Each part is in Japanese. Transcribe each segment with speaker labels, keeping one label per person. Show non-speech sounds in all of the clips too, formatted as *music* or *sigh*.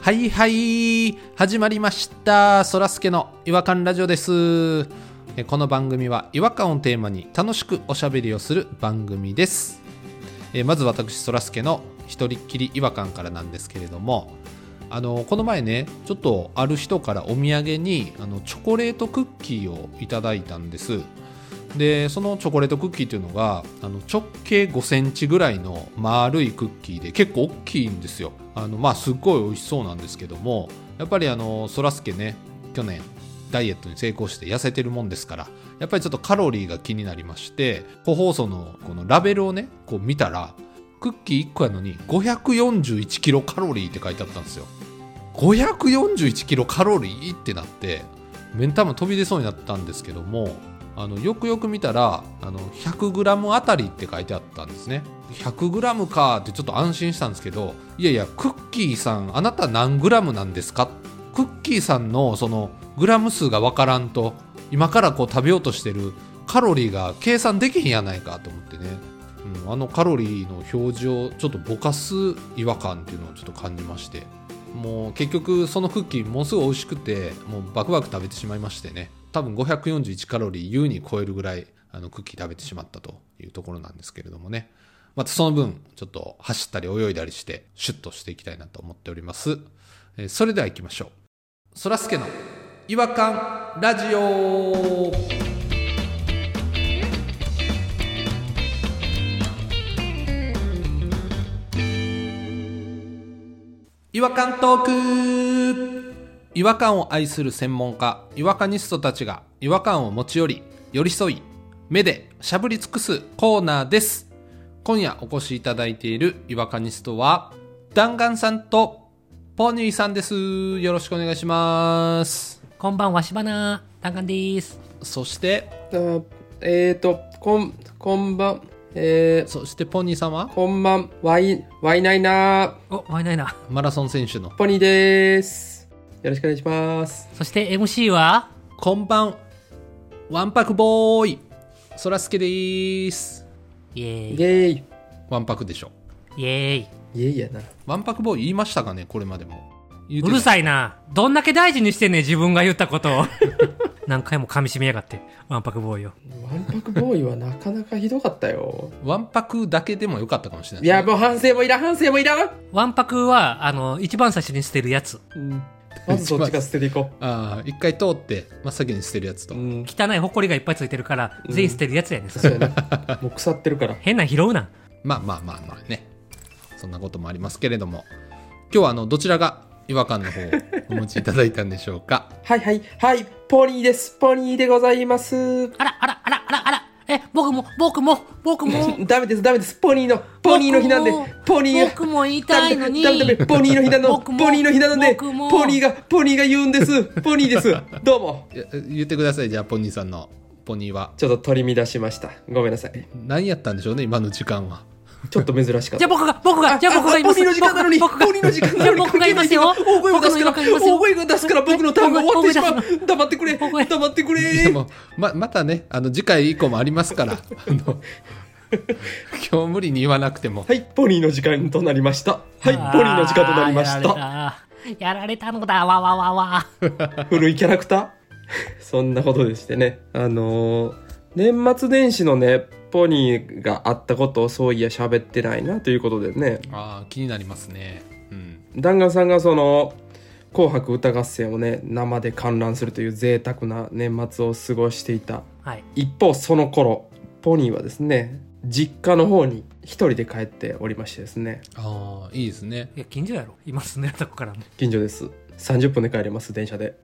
Speaker 1: はいはい始まりましたそらすけの違和感ラジオですえこの番組は違和感をテーマに楽しくおしゃべりをする番組ですえまず私そらすけの一人っきり違和感からなんですけれどもあのこの前ねちょっとある人からお土産にあのチョコレートクッキーをいただいたんですでそのチョコレートクッキーっていうのがあの直径5センチぐらいの丸いクッキーで結構大きいんですよあのまあすっごい美味しそうなんですけどもやっぱりあのそらすけね去年ダイエットに成功して痩せてるもんですからやっぱりちょっとカロリーが気になりまして個包装のこのラベルをねこう見たらクッキー1個やのに541キロカロリーって書いてあったんですよ541キロカロリーってなって目ん玉飛び出そうになったんですけどもあのよくよく見たらあの 100g あたりって書いてあったんですね 100g かってちょっと安心したんですけどいやいやクッキーさんあなた何 g なんですかクッキーさんのそのグラム数が分からんと今からこう食べようとしてるカロリーが計算できへんやないかと思ってね、うん、あのカロリーの表示をちょっとぼかす違和感っていうのをちょっと感じましてもう結局そのクッキーものすごい美味しくてもうバクバク食べてしまいましてね多分541カロリー優に超えるぐらいあのクッキー食べてしまったというところなんですけれどもねまたその分ちょっと走ったり泳いだりしてシュッとしていきたいなと思っております、えーそれでは行きましょうそらすけの違和感ラジオ違和感トーク違和感を愛する専門家違和感ニストたちが違和感を持ち寄り寄り添い目でしゃぶり尽くすコーナーです今夜お越しいただいている違和感ニストは弾丸さんとポニーさんですよろしくお願いします
Speaker 2: こんばんはしばなタンカンです。
Speaker 1: そして
Speaker 3: あえーと、こん、こんばん、えー、
Speaker 1: そしてポニーさんは
Speaker 3: こんばん、わい、わいないな
Speaker 2: お、わいないな。
Speaker 1: マラソン選手の
Speaker 3: ー、ポニーでーす。よろしくお願いします。
Speaker 2: そして MC は
Speaker 1: こんばんわんぱくボーイそらすけでーす
Speaker 2: イエー
Speaker 3: イ
Speaker 2: イ。
Speaker 3: ェイ。
Speaker 1: わんぱくでしょ
Speaker 2: イエ
Speaker 3: イェイやな。
Speaker 1: わんぱくボーイ言いましたかねこれまでも
Speaker 2: ーイ。うる
Speaker 1: い
Speaker 2: さいな。どんだけ大事にしてんねん自分が言ったことを。 *laughs* 何回も噛み締めやがって。ワンパクボーイを。
Speaker 3: わんぱくボーイはなかなかひどかったよ。
Speaker 1: わんぱくだけでもよかったかもしれない
Speaker 3: いや、もう反省もいらん、反省もいらん。
Speaker 2: ワンパクは、あの、一番最初に捨てるやつ。
Speaker 3: うん。まずそっちから捨てていこ
Speaker 1: ああ一回通って真っ先に捨てるやつと、
Speaker 3: う。うん。
Speaker 2: 汚いホコリがいっぱいついてるから、
Speaker 3: うん
Speaker 2: 全員捨てるやつやねん。そ
Speaker 3: そう
Speaker 2: れ
Speaker 3: やな。もう腐ってるから。
Speaker 2: 変なん拾うな。
Speaker 1: まあまあまあまあねそんなこともありますけれども今日はあのどちらが違和感の方をお持ちいただいたんでしょうか *laughs*
Speaker 3: はいはい、はい、ポニーです。ポニーでございます。
Speaker 2: あら、あら、あら、あら、あら。え、僕も、僕も、僕
Speaker 3: *laughs*
Speaker 2: も。
Speaker 3: ダメです、ダメです。ポニーの、ポニーの日なんで
Speaker 2: 僕も、
Speaker 3: ポニーが
Speaker 2: 僕も言いたいのに。
Speaker 3: ダメダメダメポニーの日なの
Speaker 2: 僕も
Speaker 3: ポニーの日なので
Speaker 2: 僕も
Speaker 3: ポニーがポニーが言うんですポニーですどうも
Speaker 1: いや言ってくださいじゃあポニーさんのポニーは
Speaker 3: ちょっと取り乱しましたごめんなさい
Speaker 1: 何やったんでしょうね今の時間は
Speaker 3: ちょっと珍しかっ
Speaker 2: じゃあ
Speaker 3: た
Speaker 2: 僕が、僕が、じゃあ僕が言います。
Speaker 3: ポニーの時間なのに
Speaker 2: 僕が
Speaker 3: ポニーの時間なのに
Speaker 2: 僕が言いますよ。
Speaker 3: 関係ない大声を出すから
Speaker 2: 僕の言いますよ
Speaker 3: 大声を出すから僕のターンが終わってしま
Speaker 2: 僕が僕
Speaker 3: う黙ってくれ
Speaker 2: 僕が
Speaker 3: 黙ってく
Speaker 1: いや
Speaker 3: れ
Speaker 1: もうままたねあの次回以降もありますからあの今日無理に言わなくても
Speaker 3: はいポニーの時間となりましたはいポニーの時間となりました
Speaker 2: あー。やられたやられたのだ、わわわわ。
Speaker 3: 古いキャラクター *laughs* そんなことでしてねあのー年末年始のねポニーがあったことをそういや喋ってないなということでね
Speaker 1: ああ気になりますねうん
Speaker 3: 弾丸さんがその「紅白歌合戦」をね生で観覧するという贅沢な年末を過ごしていた
Speaker 2: はい。
Speaker 3: 一方その頃ポニーはですね実家の方に一人で帰っておりましてですね
Speaker 1: ああいいですね
Speaker 2: いや、近所やろ。今住んでるとこからも。
Speaker 3: 近所です30分で帰れます電車で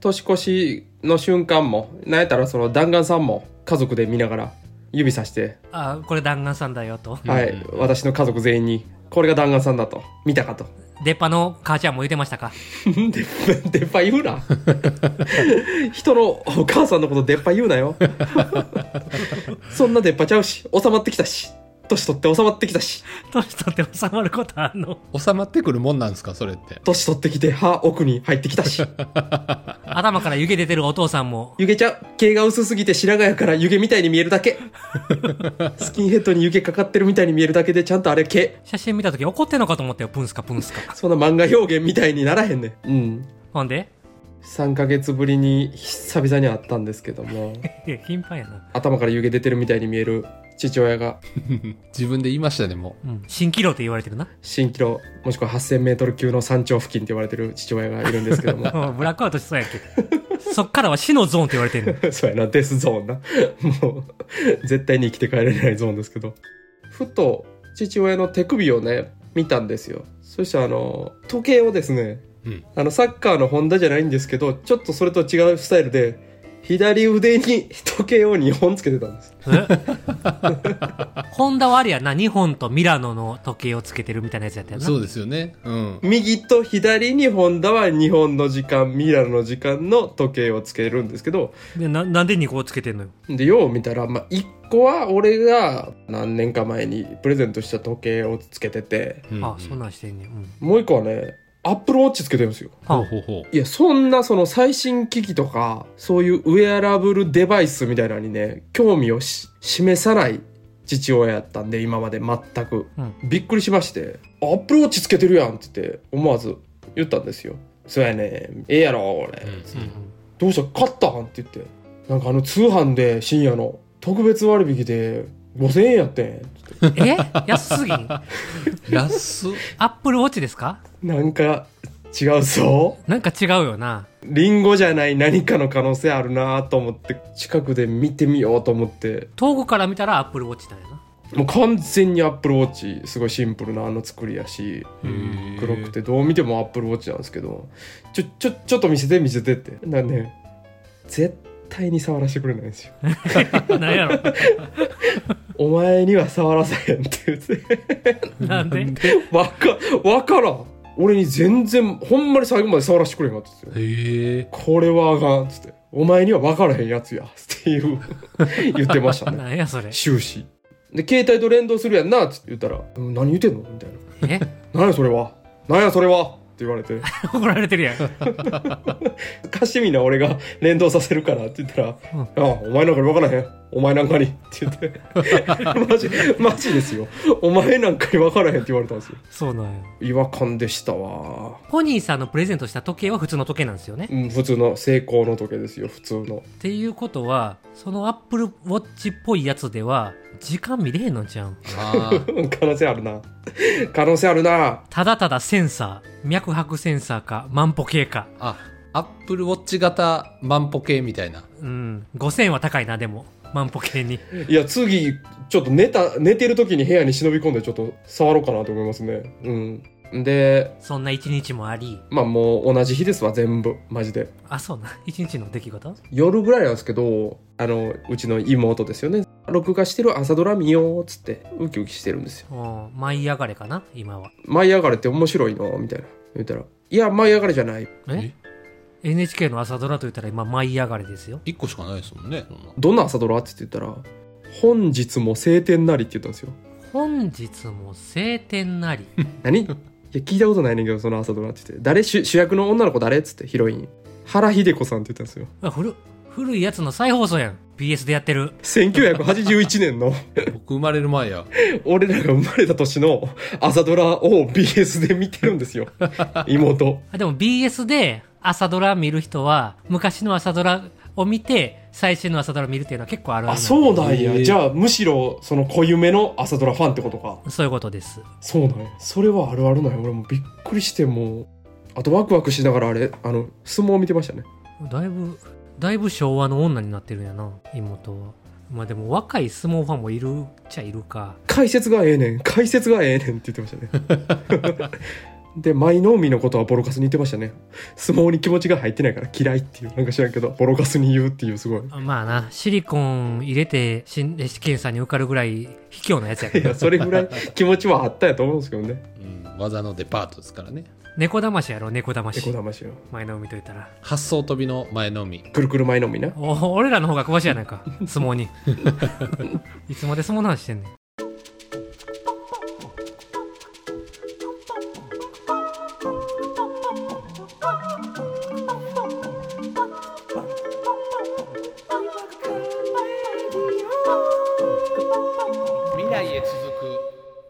Speaker 3: 年越しの瞬間もなんやったらその弾丸さんも家族で見ながら指さして、
Speaker 2: あーこれ弾丸さんだよと。
Speaker 3: は
Speaker 1: うん
Speaker 3: い
Speaker 1: うん
Speaker 3: 私の家族全員にこれが弾丸さんだと見たかと *laughs*
Speaker 2: 出っ歯の母ちゃんも言ってましたか。
Speaker 3: 出っ歯出っ歯言う
Speaker 1: *laughs*
Speaker 3: な人のお母さんのこと出っ歯言うなよそんな出っ歯ちゃうし収まってきたし年取って収まってきたし
Speaker 2: 年取って収まることあんの
Speaker 1: 収まってくるもんなんですかそれって
Speaker 3: 年取ってきて歯奥に入ってきたし
Speaker 2: 頭から湯気出てるお父さんも
Speaker 3: 湯気ちゃう毛が薄すぎて白髪やから湯気みたいに見えるだけ *laughs* スキンヘッドに湯気かかってるみたいに見えるだけでちゃんとあれ毛
Speaker 2: 写真見た時怒ってんのかと思ったよプンスカプンスカ
Speaker 3: そんな漫画表現みたいにならへんねんうん
Speaker 2: ほんで
Speaker 3: 3ヶ月ぶりに久々に会ったんですけども
Speaker 2: いや頻繁やな、
Speaker 3: 頭から湯気出てるみたいに見える父親が
Speaker 1: 自分で言いましたねも
Speaker 2: うん、蜃気楼って言われてるな
Speaker 3: 新キロもしくは 8000m 級の山頂付近って言われてる父親がいるんですけども
Speaker 2: もうブラックアウトしそうやけどそっからは死のゾーンって言われてる
Speaker 3: *laughs* そうやな、デスゾーンな。もう、絶対に生きて帰れないゾーンですけど。ふと、父親の手首をね、見たんですよ。そしてあの、時計をですね、
Speaker 1: うん
Speaker 3: あの、サッカーのホンダじゃないんですけど、ちょっとそれと違うスタイルで、左腕に *laughs* 時計を2本つけてたんです。
Speaker 2: えホンダはあれやな2本とミラノの時計をつけてるみたいなやつやったよな
Speaker 1: そうですよねうん
Speaker 3: 右と左にホンダは日本の時間、ミラノの時間の時計をつけるんですけど、
Speaker 2: でななんで2個つけてんのよ
Speaker 3: でよう見たら、まあ、1個は俺が何年か前にプレゼントした時計をつけてて
Speaker 1: うん
Speaker 2: あそんなんしてんねん、うん
Speaker 3: もう1個はねアップルウォッチつけてるんですよ
Speaker 1: ほうほうほう
Speaker 3: いやそんなその最新機器とかそういうウェアラブルデバイスみたいなのにね興味をし示さない父親やったんで今まで全く、
Speaker 2: うん
Speaker 3: びっくりしまして「アップルウォッチつけてるやん」って言って思わず言ったんですよ「そうやねんええやろ俺」
Speaker 1: うん
Speaker 3: どうした買ったんって言ってなんかあの通販で深夜の特別割引で5000円やってんって言って
Speaker 2: え安すぎんア
Speaker 1: 安っ
Speaker 2: ップルウォッチですか
Speaker 3: なんか違うぞ
Speaker 2: なんか違うよな
Speaker 3: リンゴじゃない何かの可能性あるなと思って近くで見てみようと思って
Speaker 2: 遠くから見たらアップルウォッチなんやな
Speaker 3: もう完全にアップルウォッチすごいシンプルなあの作りやし
Speaker 1: へー
Speaker 3: 黒くてどう見てもアップルウォッチなんですけどちょちょちょっと見せて見せてってなんかね絶対に触らせてくれないんですよ
Speaker 2: 何やろ
Speaker 3: お前には触らせへんって言って
Speaker 2: なんで
Speaker 3: わか、わからん。俺に全然、ほんまに最後まで触らせてくれへんかったっすよ。
Speaker 1: へえ
Speaker 3: これはあかん、つって。お前には分からへんやつや、っていう、言ってましたね。
Speaker 2: なんやそれ
Speaker 3: 終始。で、携帯と連動するやんな、つって言ったら、うん何言ってんのみたいな。
Speaker 2: え
Speaker 3: 何やそれは何やそれはって言われて、 *laughs*
Speaker 2: 怒られてるやん
Speaker 3: カシミな俺が *laughs* 連動させるからって言ったら、
Speaker 2: うん
Speaker 3: ああ、お前なんかに分からへん。お前なんかに。って言 *laughs* って、マジ、マジですよ。お前なんかに分からへんって言われたんですよ。
Speaker 2: そうなんや
Speaker 3: 違和感でしたわ。
Speaker 2: ポニーさんのプレゼントした時計は普通の時計なんですよね
Speaker 3: うん普通の成功の時計ですよ普通の
Speaker 2: っていうことはそのアップルウォッチっぽいやつでは時間見れへんのじゃうん
Speaker 1: あー
Speaker 3: うん可能性あるな可能性あるな
Speaker 2: ただただセンサー脈拍センサーか万歩計か
Speaker 1: あアップルウォッチ型万歩計みたいな
Speaker 2: うん5000は高いなでも万歩計に
Speaker 3: いや次ちょっと寝た寝てる時に部屋に忍び込んでちょっと触ろうかなと思いますねうんで
Speaker 2: そんな一日もあり
Speaker 3: まあもう同じ日ですわ全部マジで
Speaker 2: あそうな一日の出来事
Speaker 3: 夜ぐらいなんですけどあのうちの妹ですよね録画してる朝ドラ見ようっつってウキウキしてるんですよ
Speaker 2: もう舞い上がれかな今は
Speaker 3: 「舞い上がれって面白いの?」みたいな言ったら「いや舞い上がれじゃない
Speaker 2: え NHK の朝ドラと言ったら今舞い上がれですよ
Speaker 1: 1個しかないですもんねそんな
Speaker 3: どんな朝ドラ?」って言ったら「本日も晴天なり」って言ったんですよ
Speaker 2: 本日も晴天なり *laughs*
Speaker 3: 何い *laughs* や聞いたことないねんけどその朝ドラって言って誰主主役の女の子誰っつってヒロイン原秀子さんって言ったんですよ
Speaker 2: あ古古いやつの再放送やん BS でやってる
Speaker 3: 1981年の
Speaker 1: 僕生まれる前や
Speaker 3: 俺らが生まれた年の朝ドラを BS で見てるんですよ妹
Speaker 2: あでも BS で朝ドラ見る人は昔の朝ドラを見て最新の朝ドラ見るっていうのは結構あるある
Speaker 3: あそう
Speaker 2: だ
Speaker 3: なん
Speaker 1: へ
Speaker 3: や
Speaker 1: え
Speaker 3: じゃあむしろその濃ゆめの朝ドラファンってことか
Speaker 2: そういうことです
Speaker 3: そうなんやそれはあるあるなんや俺もびっくりしてもうあとワクワクしながらあれあの相撲を見てましたね
Speaker 2: だいぶだいぶ昭和の女になってるんやな妹はまあでも若い相撲ファンもいるっちゃいるか
Speaker 3: 解説がええねん解説がええねんって言ってました *laughs* ねで舞の海のことはボロカスに言ってましたね相撲に気持ちが入ってないから嫌いっていうなんか知らんけどボロカスに言うっていうすごい
Speaker 2: あまあなシリコン入れてしん試験さんに受かるぐらい卑怯なやつやか
Speaker 3: い
Speaker 2: ら
Speaker 3: やそれぐらい気持ちはあったやと思うんですけどね
Speaker 1: うん技のデパートですからね
Speaker 2: 猫だましやろ猫だま
Speaker 3: エコ
Speaker 2: し
Speaker 3: 魂を
Speaker 2: 前の海と言ったら
Speaker 1: 発想飛びの前のみ
Speaker 3: くるくる舞の海な
Speaker 2: お
Speaker 3: *laughs*
Speaker 2: 俺らの方が詳しいやないか相撲にいつまで相撲の話してんねん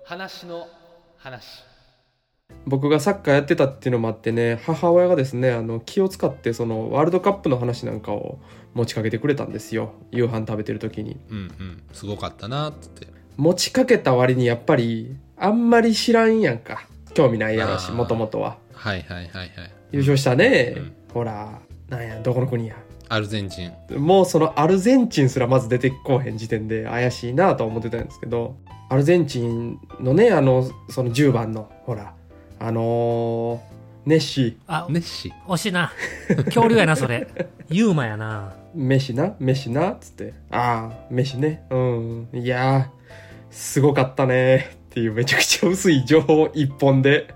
Speaker 1: 昔の話
Speaker 3: 僕がサッカーやってたっていうのもあってね母親がですねあの気を使ってそのワールドカップの話なんかを持ちかけてくれたんですよ夕飯食べてる時に
Speaker 1: うんうんすごかったなっつって
Speaker 3: 持ちかけた割にやっぱりあんまり知らんやんか興味ないやろし
Speaker 1: あー
Speaker 3: もともとは
Speaker 1: はいはいはいはい
Speaker 3: 優勝したね、
Speaker 1: うん
Speaker 3: ほらなんやどこの国や
Speaker 1: アルゼンチン
Speaker 3: もうそのアルゼンチンすらまず出てこうへん時点で怪しいなとは思ってたんですけどアルゼンチンのねあのその10番のほらあのーネッシ
Speaker 2: あ、
Speaker 1: メッシ
Speaker 2: 惜しいな。恐竜やな、それ。ユーマやな。
Speaker 3: ーメッシなメッシなっつってああメッシねうんいやーすごかったねっていうめちゃくちゃ薄い情報一本で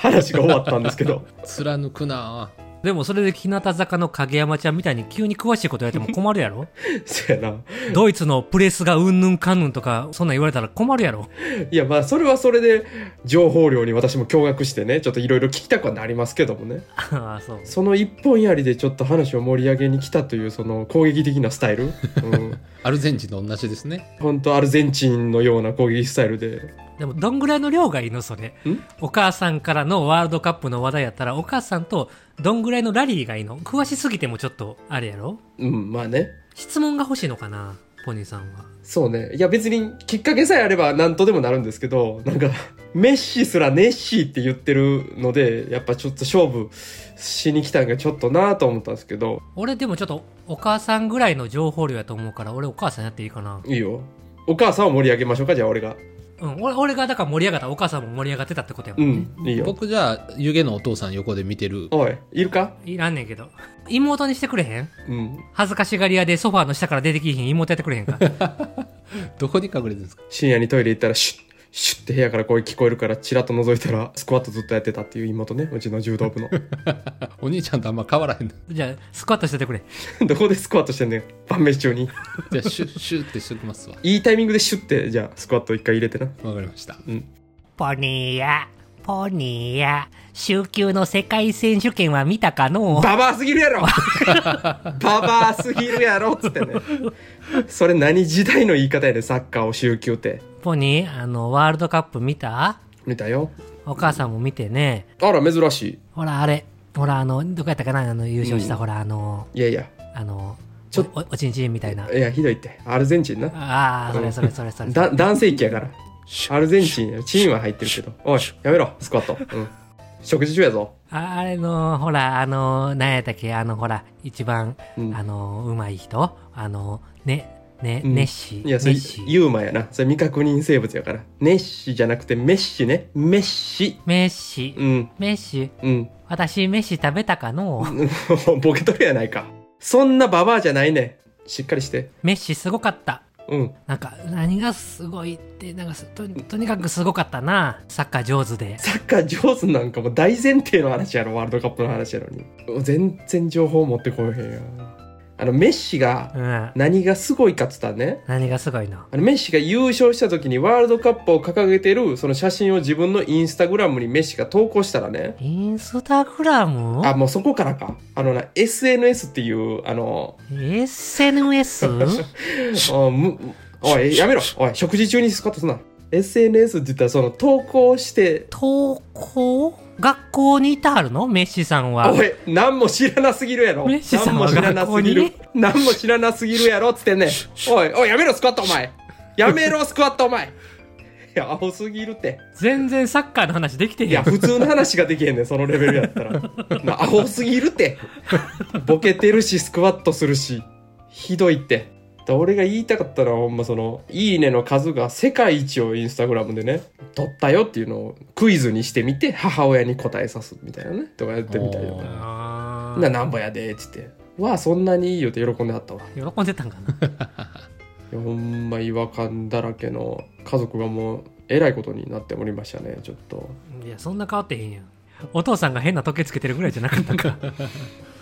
Speaker 3: 話が終わったんですけど
Speaker 1: 貫くなぁ
Speaker 2: でもそれで日向坂の影山ちゃんみたいに急に詳しいこと言われても困るやろ
Speaker 3: そやな
Speaker 2: ドイツのプレスがうんぬんかんぬんとか、そんなん言われたら困るやろ
Speaker 3: いやまあそれはそれで情報量に私も驚愕してねちょっといろいろ聞きたくはなりますけどもね
Speaker 2: ああ、そう。
Speaker 3: その一本槍でちょっと話を盛り上げに来たというその攻撃的なスタイル、うん、
Speaker 1: アルゼンチンと同じですね
Speaker 3: 本当アルゼンチンのような攻撃スタイルで
Speaker 2: でも、どんぐらいの量がいいのそれ。お母さんからのワールドカップの話題やったら、お母さんとどんぐらいのラリーがいいの詳しすぎてもちょっと、あれやろ
Speaker 3: うんまあね
Speaker 2: 質問が欲しいのかなポニーさんは。
Speaker 3: そうねいや別にきっかけさえあれば何とでもなるんですけどなんかメッシすらネッシーって言ってるのでやっぱちょっと勝負しに来たんがちょっとなと思ったんですけど
Speaker 2: 俺でもちょっと、お母さんぐらいの情報量やと思うから、俺お母さんやっていいかない
Speaker 3: いよお母さんを盛り上げましょうかじゃあ俺が
Speaker 2: うん、俺俺がだから盛り上がったらお母さんも盛り上がってたってことやも
Speaker 3: うん
Speaker 2: ね。
Speaker 3: んいいよ
Speaker 1: 僕じゃあ湯気のお父さん横で見てる
Speaker 3: おいいるか
Speaker 2: いらんねんけど。妹にしてくれへん
Speaker 3: うん
Speaker 2: 恥ずかしがり屋でソファーの下から出てきひん妹やってくれへん
Speaker 3: *laughs*
Speaker 2: か
Speaker 1: どこに隠れてるんですか *laughs*
Speaker 3: 深夜にトイレ行ったらシュッシュッって部屋から声聞こえるからチラッと覗いたらスクワットずっとやってたっていう妹ねうちの柔
Speaker 1: *laughs*
Speaker 3: 道部の
Speaker 1: お兄ちゃんとあんま変わらへんな *laughs*
Speaker 2: じゃあ、スクワットしててくれ。
Speaker 3: どこでスクワットしてんねん晩飯中に
Speaker 1: じゃあシュッシュッってしときますわ
Speaker 3: いいタイミングでシュッてじゃあスクワット一回入れてな
Speaker 1: わかりま
Speaker 3: *laughs*
Speaker 1: した
Speaker 2: ポニーや、ポニーや、週休の世界選手権は見たかの
Speaker 3: ババアすぎるやろ *laughs* ババアすぎるやろっつってねそれ何時代の言い方やねんサッカーを週休って
Speaker 2: ポニー、あの、ワールドカップ見た
Speaker 3: 見たよ
Speaker 2: お母さんも見てね。
Speaker 3: あら珍し
Speaker 2: ほら、あれ。ほら、あの、どこやったかなあの、優勝した、ほら、あの、
Speaker 3: いいやいや
Speaker 2: あの、
Speaker 3: ちょ
Speaker 2: お、おおちんちんみたいな。
Speaker 3: いやひどいってアルゼンチンな
Speaker 2: ああ、それそれそれそれ。
Speaker 3: だ男性器やから
Speaker 1: シュッ
Speaker 3: アルゼンチンやチンは入ってるけどおいやめろスクワット、うん、食事中やぞ
Speaker 2: ああれの、ほら、あの、何やったっけ、あの、ほら、一番、
Speaker 3: うん
Speaker 2: あの、うまい人、あの、ね、ね、
Speaker 3: うん
Speaker 2: ネッシー。
Speaker 3: いや、それ
Speaker 2: ネッシ、ー。
Speaker 3: ユーマやな。それ未確認生物やから。ネッシじゃなくて、メッシね。メッシ。
Speaker 2: メッシ
Speaker 3: う、ん、
Speaker 2: メッシ、
Speaker 3: うん。 *laughs*
Speaker 2: 私、メッシ食べたかの、
Speaker 3: ボケとるやないか。そんなババアじゃないねん。しっかりして。
Speaker 2: メッシすごかった。
Speaker 3: うん。
Speaker 2: なんか、何がすごいって、なんかすと、とにかくすごかったな。サッカー上手で。
Speaker 3: サッカー上手なんかもう大前提の話やろ。ワールドカップの話やのに。全然情報持ってこえへんやん。あの、メッシが
Speaker 2: うん。
Speaker 3: 何がすごいかっつったらね。
Speaker 2: 何がすごいの
Speaker 3: あのメッシが優勝した時にワールドカップを掲げてるその写真を自分のインスタグラムにメッシが投稿したらね、
Speaker 2: インスタグラム
Speaker 3: あ、もうそこからか。あのな、SNS っていう、あの、
Speaker 2: ?SNS?
Speaker 3: *laughs* あむおいやめろおい食事中にスカッとすな SNS って言ったらその投稿して
Speaker 2: 投稿学校にいてはるのメッシさんは。
Speaker 3: おい何も知らなすぎるやろ
Speaker 2: メッシさ
Speaker 3: 何
Speaker 2: ん
Speaker 3: も
Speaker 2: は
Speaker 3: 知らなすぎる
Speaker 2: 学
Speaker 3: 何も知らなすぎるやろっつってんねんおいおいやめろスクワットお前やめろスクワットお前いや青すぎるって
Speaker 2: 全然サッカーの話できて
Speaker 3: い
Speaker 2: へ
Speaker 3: や
Speaker 2: ん。
Speaker 3: 普通の話ができへんねんそのレベルやったらな青すぎるってボケてるしスクワットするしひどいってだ俺が言いたかったのはほんまその「いいね」の数が世界一をインスタグラムでね取ったよっていうのをクイズにしてみて母親に答えさすみたいなねとかやってみたい
Speaker 1: お
Speaker 3: な
Speaker 1: ー
Speaker 2: あ
Speaker 3: 「
Speaker 2: ー
Speaker 3: ななんぼやで」っつって「わあそんなにいいよ」って喜んではったわ
Speaker 2: 喜んでたんかな
Speaker 3: いやほんま違和感だらけの家族がもうえらいことになっておりましたねちょっと
Speaker 2: *laughs* いやそんな変わってへんやんお父さんが変な時計つけてるぐらいじゃなかったん *laughs* か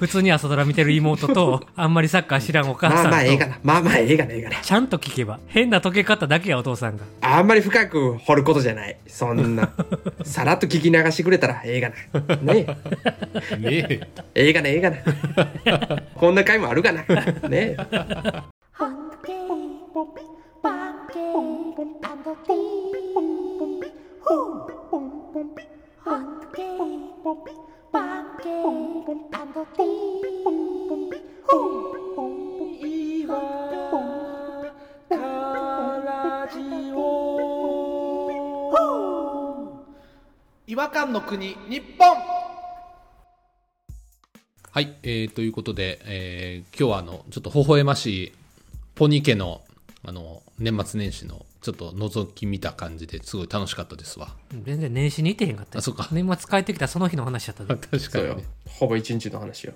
Speaker 2: 普通に朝ドラ見てる妹とあんまりサッカー知らんお母
Speaker 3: ま
Speaker 2: さん
Speaker 3: あ
Speaker 2: と、
Speaker 3: まあええかなまあまあええかなええかな
Speaker 2: ちゃんと聞けば変な時計買っただけやお父さんが
Speaker 3: あんまり深く掘ることじゃない。そんな。さらっと聞き流してくれたらええがな。ね
Speaker 1: ねえ
Speaker 3: え。ええがな、ええがな。こんな回もあるがな。ねえ。
Speaker 4: Hunky, bumpy, bumpy, and a thief.
Speaker 3: は
Speaker 1: 違和感の国日本はい、えーということで、えー今日はあのちょっと微笑ましいポニケのあの年末年始のちょっと覗き見た感じですごい楽しかったですわ *laughs*
Speaker 2: 全然年始に行ってへんかったよ
Speaker 1: あそうか
Speaker 2: 年末帰ってきたその日の話やったで
Speaker 1: 確か
Speaker 3: そう
Speaker 1: に、
Speaker 3: よ
Speaker 1: ね、
Speaker 3: ほぼ一日の話よ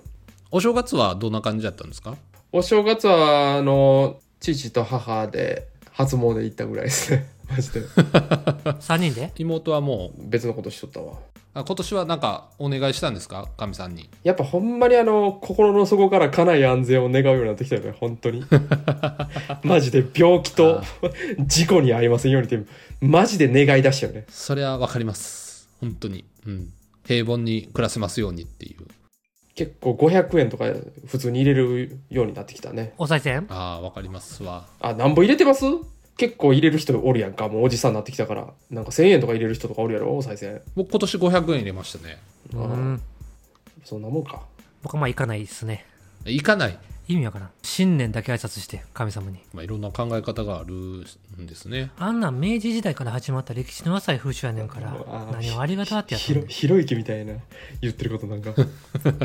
Speaker 1: お正月はどんな感じだったんですか
Speaker 3: お正月はあの父と母で初詣行ったぐらいですねマジで
Speaker 2: 3人で
Speaker 1: 妹はもう
Speaker 3: 別のことしとったわ
Speaker 1: あ今年はなんかお願いしたんですかかみさんに
Speaker 3: やっぱほんまにあの心の底から家内安全を願うようになってきたよね本当にマジで病気と事故に遭いませんようにってマジで願い出したよね
Speaker 1: それはわかります本当にうん平凡に暮らせますようにっていう
Speaker 3: 結構500円とか普通に入れるようになってきたね
Speaker 2: お賽銭
Speaker 1: ああわかりますわ
Speaker 3: あなんぼ入れてます結構入れる人おるやんかもうおじさんになってきたからなんか1000円とか入れる人とかおるやろお賽銭
Speaker 1: 僕今年500円入れましたね
Speaker 3: あ
Speaker 2: う
Speaker 3: ー
Speaker 2: ん
Speaker 3: そんなもんか
Speaker 2: 僕はまあ行かないですね
Speaker 1: 行かない、
Speaker 2: 意味わからん新年だけ挨拶して神様に
Speaker 1: まあ、いろんな考え方があるんですね
Speaker 2: あんなん明治時代から始まった歴史の浅い風習やねんから
Speaker 3: ー
Speaker 2: 何をありがたってやっ
Speaker 3: ひ
Speaker 2: て
Speaker 3: ろ
Speaker 2: る
Speaker 3: ひろゆきみたいな言ってること
Speaker 2: *laughs*
Speaker 3: なんか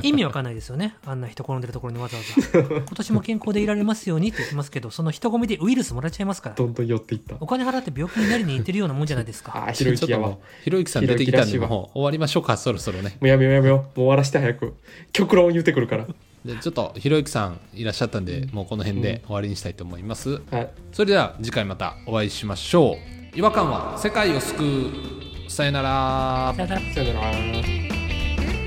Speaker 2: 意味わかんないですよねあんな人転んでるところにわざわざ今年も健康でいられますようにって言ってますけどその人混みでウイルスもらっちゃいますから
Speaker 3: どんどん寄っていった
Speaker 2: お金払って病気になりに行ってるようなもんじゃないですか
Speaker 3: あーひろゆきやわ
Speaker 1: ちょっ
Speaker 3: も
Speaker 1: ともうひろゆきさん出てきたん
Speaker 3: ひ
Speaker 1: で
Speaker 3: ろゆきらしいわ
Speaker 1: もう終わりましょうかそろそろね
Speaker 3: うやめようやめようもう終わらして早く極論言ってくるから
Speaker 1: でちょっとひろゆきさんいらっしゃったんで、もうこの辺で終わりにしたいと思います、
Speaker 3: はい
Speaker 1: それでは次回またお会いしましょう違和感は世界を救うさよなら
Speaker 2: さよなら
Speaker 3: さよなら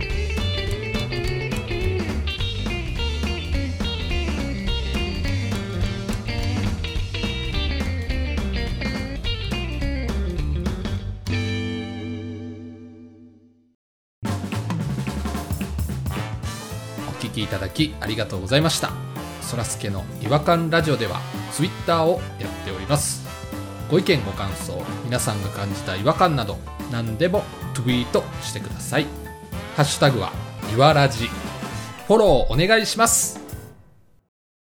Speaker 1: お聞きいただきありがとうございましたそらすけの違和感ラジオではツイッターをやっておりますご意見ご感想皆さんが感じた違和感など何でもツイートしてくださいハッシュタグはいわらじフォローお願いします